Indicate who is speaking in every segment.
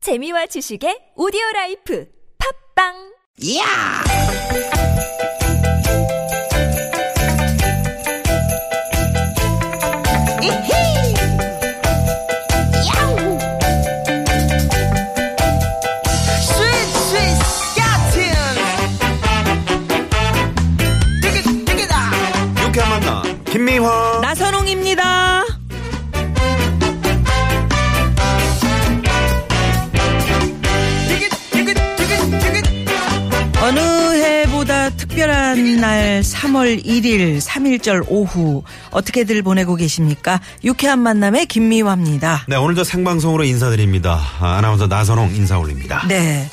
Speaker 1: 재미와 지식의 오디오 라이프 팝빵
Speaker 2: 이야! 이히! 야우! 스윗, 스윗, 스카틴! 띠깃, 띠깃아!
Speaker 3: 유쾌한 만남 김미화
Speaker 4: 나선홍입니다.
Speaker 2: 띠깃, 띠깃, 띠깃, 띠깃!
Speaker 4: 어느 해보다 특별한 날 3월 1일 3일절 오후 어떻게들 보내고 계십니까? 유쾌한 만남의 김미화입니다.
Speaker 3: 네 오늘도 생방송으로 인사드립니다 아, 아나운서 나선홍 인사 올립니다
Speaker 4: 네.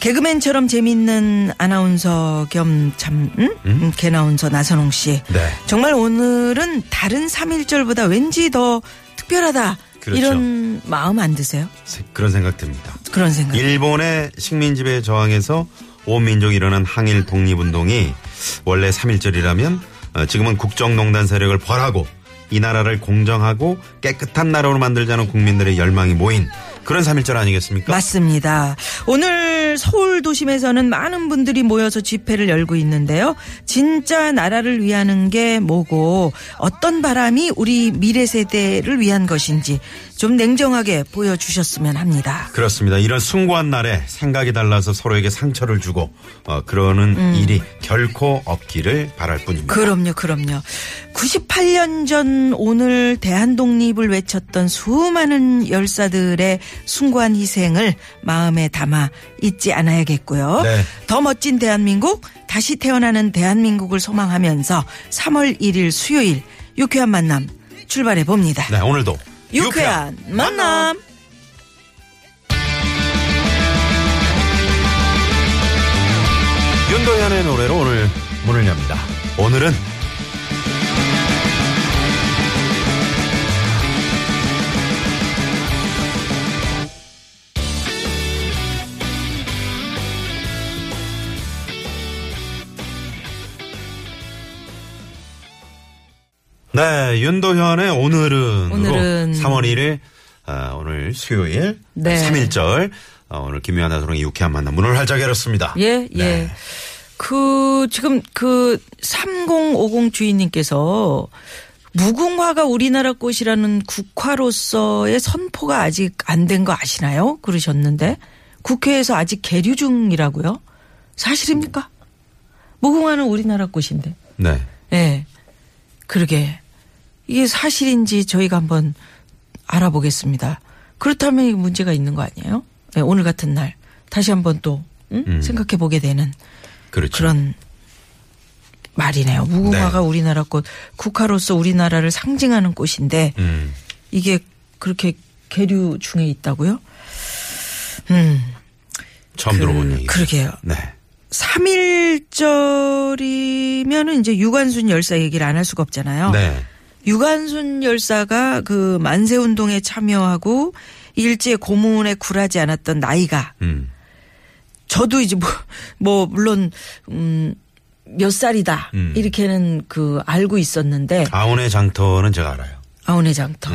Speaker 4: 개그맨처럼 재밌는 아나운서 겸 참, 음? 음, 개나운서 나선홍 씨.
Speaker 3: 네.
Speaker 4: 정말 오늘은 다른 3일절보다 왠지 더 특별하다.
Speaker 3: 그렇죠.
Speaker 4: 이런 마음 안 드세요?
Speaker 3: 세- 그런 생각 듭니다
Speaker 4: 그런 생각.
Speaker 3: 일본의 식민지배 저항에서 온 민족이 일어난 항일 독립운동이 원래 3.1절이라면 어, 지금은 국정농단 세력을 벌하고 이 나라를 공정하고 깨끗한 나라로 만들자는 국민들의 열망이 모인 그런 3.1절 아니겠습니까?
Speaker 4: 맞습니다. 오늘 서울 도심에서는 많은 분들이 모여서 집회를 열고 있는데요. 진짜 나라를 위하는 게 뭐고 어떤 바람이 우리 미래 세대를 위한 것인지 좀 냉정하게 보여주셨으면 합니다.
Speaker 3: 그렇습니다. 이런 숭고한 날에 생각이 달라서 서로에게 상처를 주고 어, 그러는
Speaker 4: 음.
Speaker 3: 일이 결코 없기를 바랄 뿐입니다.
Speaker 4: 그럼요, 그럼요. 98년 전 오늘 대한독립을 외쳤던 수많은 열사들의 숭고한 희생을 마음에 담아 잊지 않아야겠고요.
Speaker 3: 네.
Speaker 4: 더 멋진 대한민국, 다시 태어나는 대한민국을 소망하면서 3월 1일 수요일 유쾌한 만남 출발해 봅니다.
Speaker 3: 네, 오늘도
Speaker 4: 유쾌한 만남.
Speaker 3: 윤도현의 노래로 오늘 문을 엽니다. 오늘은 네, 윤도현의 오늘은,
Speaker 4: 오늘은.
Speaker 3: 3월 1일 아, 오늘 수요일
Speaker 4: 네.
Speaker 3: 3일절 어, 오늘 김미아 나선홍의 유쾌한 만남 문을 활짝 열었습니다.
Speaker 4: 예, 예.
Speaker 3: 네.
Speaker 4: 그, 지금 그 3050 주인님께서 무궁화가 우리나라 꽃이라는 국화로서의 선포가 아직 안 된 거 아시나요? 그러셨는데 국회에서 아직 계류 중이라고요? 사실입니까? 무궁화는 우리나라 꽃인데.
Speaker 3: 네.
Speaker 4: 예. 그러게. 이게 사실인지 저희가 한번 알아보겠습니다. 그렇다면 이거 문제가 있는 거 아니에요? 예, 오늘 같은 날 다시 한번 또 응?
Speaker 3: 음.
Speaker 4: 생각해 보게 되는
Speaker 3: 그렇죠.
Speaker 4: 그런 말이네요. 무궁화가 우리나라 꽃, 국화로서 우리나라를 상징하는 꽃인데
Speaker 3: 음.
Speaker 4: 이게 그렇게 계류 중에 있다고요? 음,
Speaker 3: 처음
Speaker 4: 그-
Speaker 3: 들어본 얘기.
Speaker 4: 그러게요.
Speaker 3: 네.
Speaker 4: 3일절이면은 이제 유관순 열사 얘기를 안 할 수가 없잖아요.
Speaker 3: 네.
Speaker 4: 유관순 열사가 그 만세 운동에 참여하고 일제 고문에 굴하지 않았던 나이가
Speaker 3: 음.
Speaker 4: 저도 이제 뭐, 뭐 물론 음, 음몇 살이다
Speaker 3: 음.
Speaker 4: 이렇게는 그 알고 있었는데
Speaker 3: 아운의 장터는 제가 알아요.
Speaker 4: 아우네 장터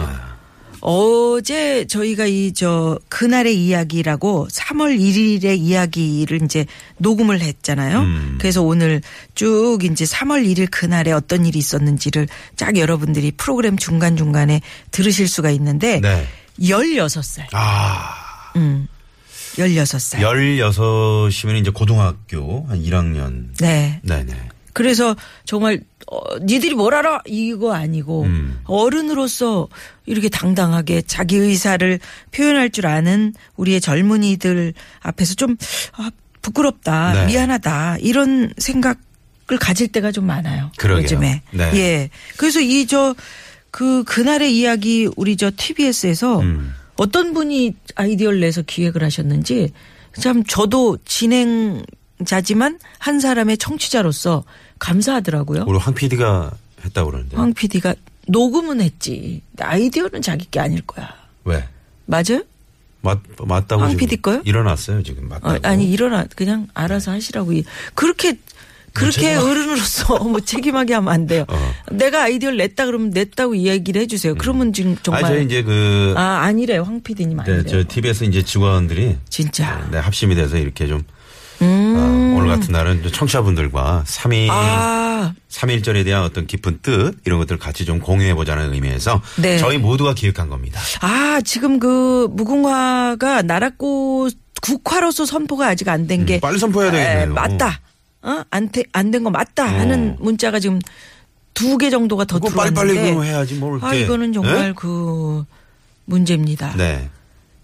Speaker 4: 어제 저희가 이 저 그날의 이야기라고 3월 1일의 이야기를 이제 녹음을 했잖아요.
Speaker 3: 음.
Speaker 4: 그래서 오늘 쭉 이제 3월 1일 그날에 어떤 일이 있었는지를 쫙 여러분들이 프로그램 중간 중간에 들으실 수가 있는데
Speaker 3: 네.
Speaker 4: 16살,
Speaker 3: 아.
Speaker 4: 16살.
Speaker 3: 16시면 이제 고등학교 한 1학년.
Speaker 4: 네.
Speaker 3: 네네.
Speaker 4: 그래서 정말 어, 니들이 뭘 알아 이거 아니고
Speaker 3: 음.
Speaker 4: 어른으로서 이렇게 당당하게 자기 의사를 표현할 줄 아는 우리의 젊은이들 앞에서 좀 아, 부끄럽다
Speaker 3: 네.
Speaker 4: 미안하다 이런 생각을 가질 때가 좀 많아요
Speaker 3: 그러게요.
Speaker 4: 요즘에
Speaker 3: 네.
Speaker 4: 예 그래서 이 저 그 그날의 이야기 우리 저 TBS에서
Speaker 3: 음.
Speaker 4: 어떤 분이 아이디어를 내서 기획을 하셨는지 참 저도 진행자지만 한 사람의 청취자로서 감사하더라고요.
Speaker 3: 우리 황 PD가 했다고 그러는데.
Speaker 4: 황 PD가 녹음은 했지 아이디어는 자기 게 아닐 거야.
Speaker 3: 왜?
Speaker 4: 맞아요?
Speaker 3: 맞, 맞다고.
Speaker 4: 황
Speaker 3: 지금
Speaker 4: PD 거요?
Speaker 3: 일어났어요, 지금.
Speaker 4: 어,
Speaker 3: 맞다고.
Speaker 4: 아니 일어나 그냥 알아서 하시라고 이- 그렇게 그렇게
Speaker 3: 책임하-
Speaker 4: 어른으로서 뭐 책임하게 하면 안 돼요.
Speaker 3: 어.
Speaker 4: 내가 아이디어를 냈다 그러면 냈다고 이야기를 해주세요. 그러면 지금 정말
Speaker 3: 아, 저희 이제 그,
Speaker 4: 아 아니래 황 PD님 아니래요.
Speaker 3: 네, 저 TBS 이제 직원들이
Speaker 4: 진짜.
Speaker 3: 네, 합심이 돼서 이렇게 좀 아, 오늘 같은 날은 좀 청취자분들과 3일
Speaker 4: 음. 아,
Speaker 3: 3일절에 대한 어떤 깊은 뜻 이런 것들 을 같이 좀 공유해 보자는 의미에서
Speaker 4: 네.
Speaker 3: 저희 모두가 기획한 겁니다.
Speaker 4: 아, 지금 그 무궁화가 나라꽃 국화로서 선포가 아직 안 된
Speaker 3: 음,
Speaker 4: 게
Speaker 3: 빨리 선포해야 되겠네요. 어.
Speaker 4: 에, 맞다. 어? 안안 된 거 맞다 하는 문자가 지금 두 개 정도가 더
Speaker 3: 그거
Speaker 4: 들어왔는데
Speaker 3: 빨리빨리 그거 해야지 뭘
Speaker 4: 아,
Speaker 3: 이렇게.
Speaker 4: 이거는 정말
Speaker 3: 예?
Speaker 4: 그 문제입니다.
Speaker 3: 네.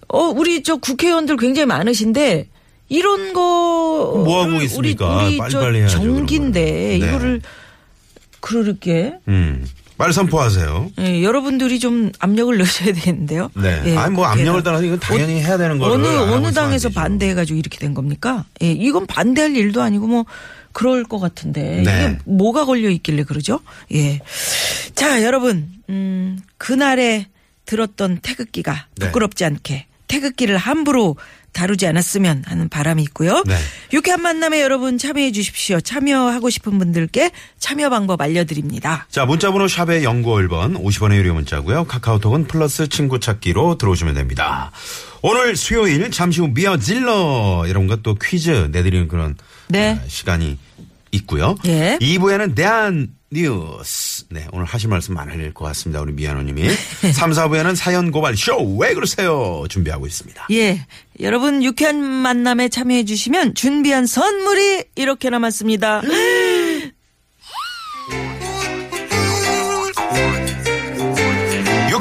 Speaker 4: 어, 우리 저 국회의원들 굉장히 많으신데 이런 거. 음,
Speaker 3: 뭐 하고 있습니까?
Speaker 4: 우리, 우리
Speaker 3: 빨리빨리
Speaker 4: 저
Speaker 3: 해야죠, 그런
Speaker 4: 정기인데
Speaker 3: 거는. 네.
Speaker 4: 이거를 그러게
Speaker 3: 음. 빨리 선포하세요.
Speaker 4: 예, 여러분들이 좀 압력을 넣으셔야 되는데요.
Speaker 3: 네.
Speaker 4: 예,
Speaker 3: 아니 뭐
Speaker 4: 국회에다.
Speaker 3: 압력을 따라서 이건 당연히 해야 되는 거를
Speaker 4: 어느
Speaker 3: 안 하고
Speaker 4: 어느
Speaker 3: 있으면
Speaker 4: 당에서
Speaker 3: 안 되죠.
Speaker 4: 반대해가지고 이렇게 된 겁니까? 예, 이건 반대할 일도 아니고 뭐 그럴 것
Speaker 3: 네.
Speaker 4: 같은데 이게 뭐가 걸려 있길래 그러죠? 예. 자, 여러분, 음, 그날에 들었던 태극기가
Speaker 3: 네.
Speaker 4: 부끄럽지 않게 태극기를 함부로 다루지 않았으면 하는 바람이 있고요.
Speaker 3: 네.
Speaker 4: 유쾌한 만남에 여러분 참여해 주십시오. 참여하고 싶은 분들께 참여 방법 알려드립니다.
Speaker 3: 자, 문자번호 샵의 영구 1번 50원의 유료 문자고요. 카카오톡은 플러스 친구 찾기로 들어오시면 됩니다. 오늘 수요일 잠시 후 미어 질러 여러분과 또 퀴즈 내드리는 그런
Speaker 4: 네.
Speaker 3: 어, 시간이 있고요.
Speaker 4: 예.
Speaker 3: 2부에는 대한 뉴스. 네, 오늘 하실 말씀 많을 것 같습니다. 우리 미아노님이. 3, 4부에는 사연 고발 쇼. 왜 그러세요? 준비하고 있습니다.
Speaker 4: 예. 여러분 유쾌한 만남에 참여해 주시면 준비한 선물이 이렇게 남았습니다. 예.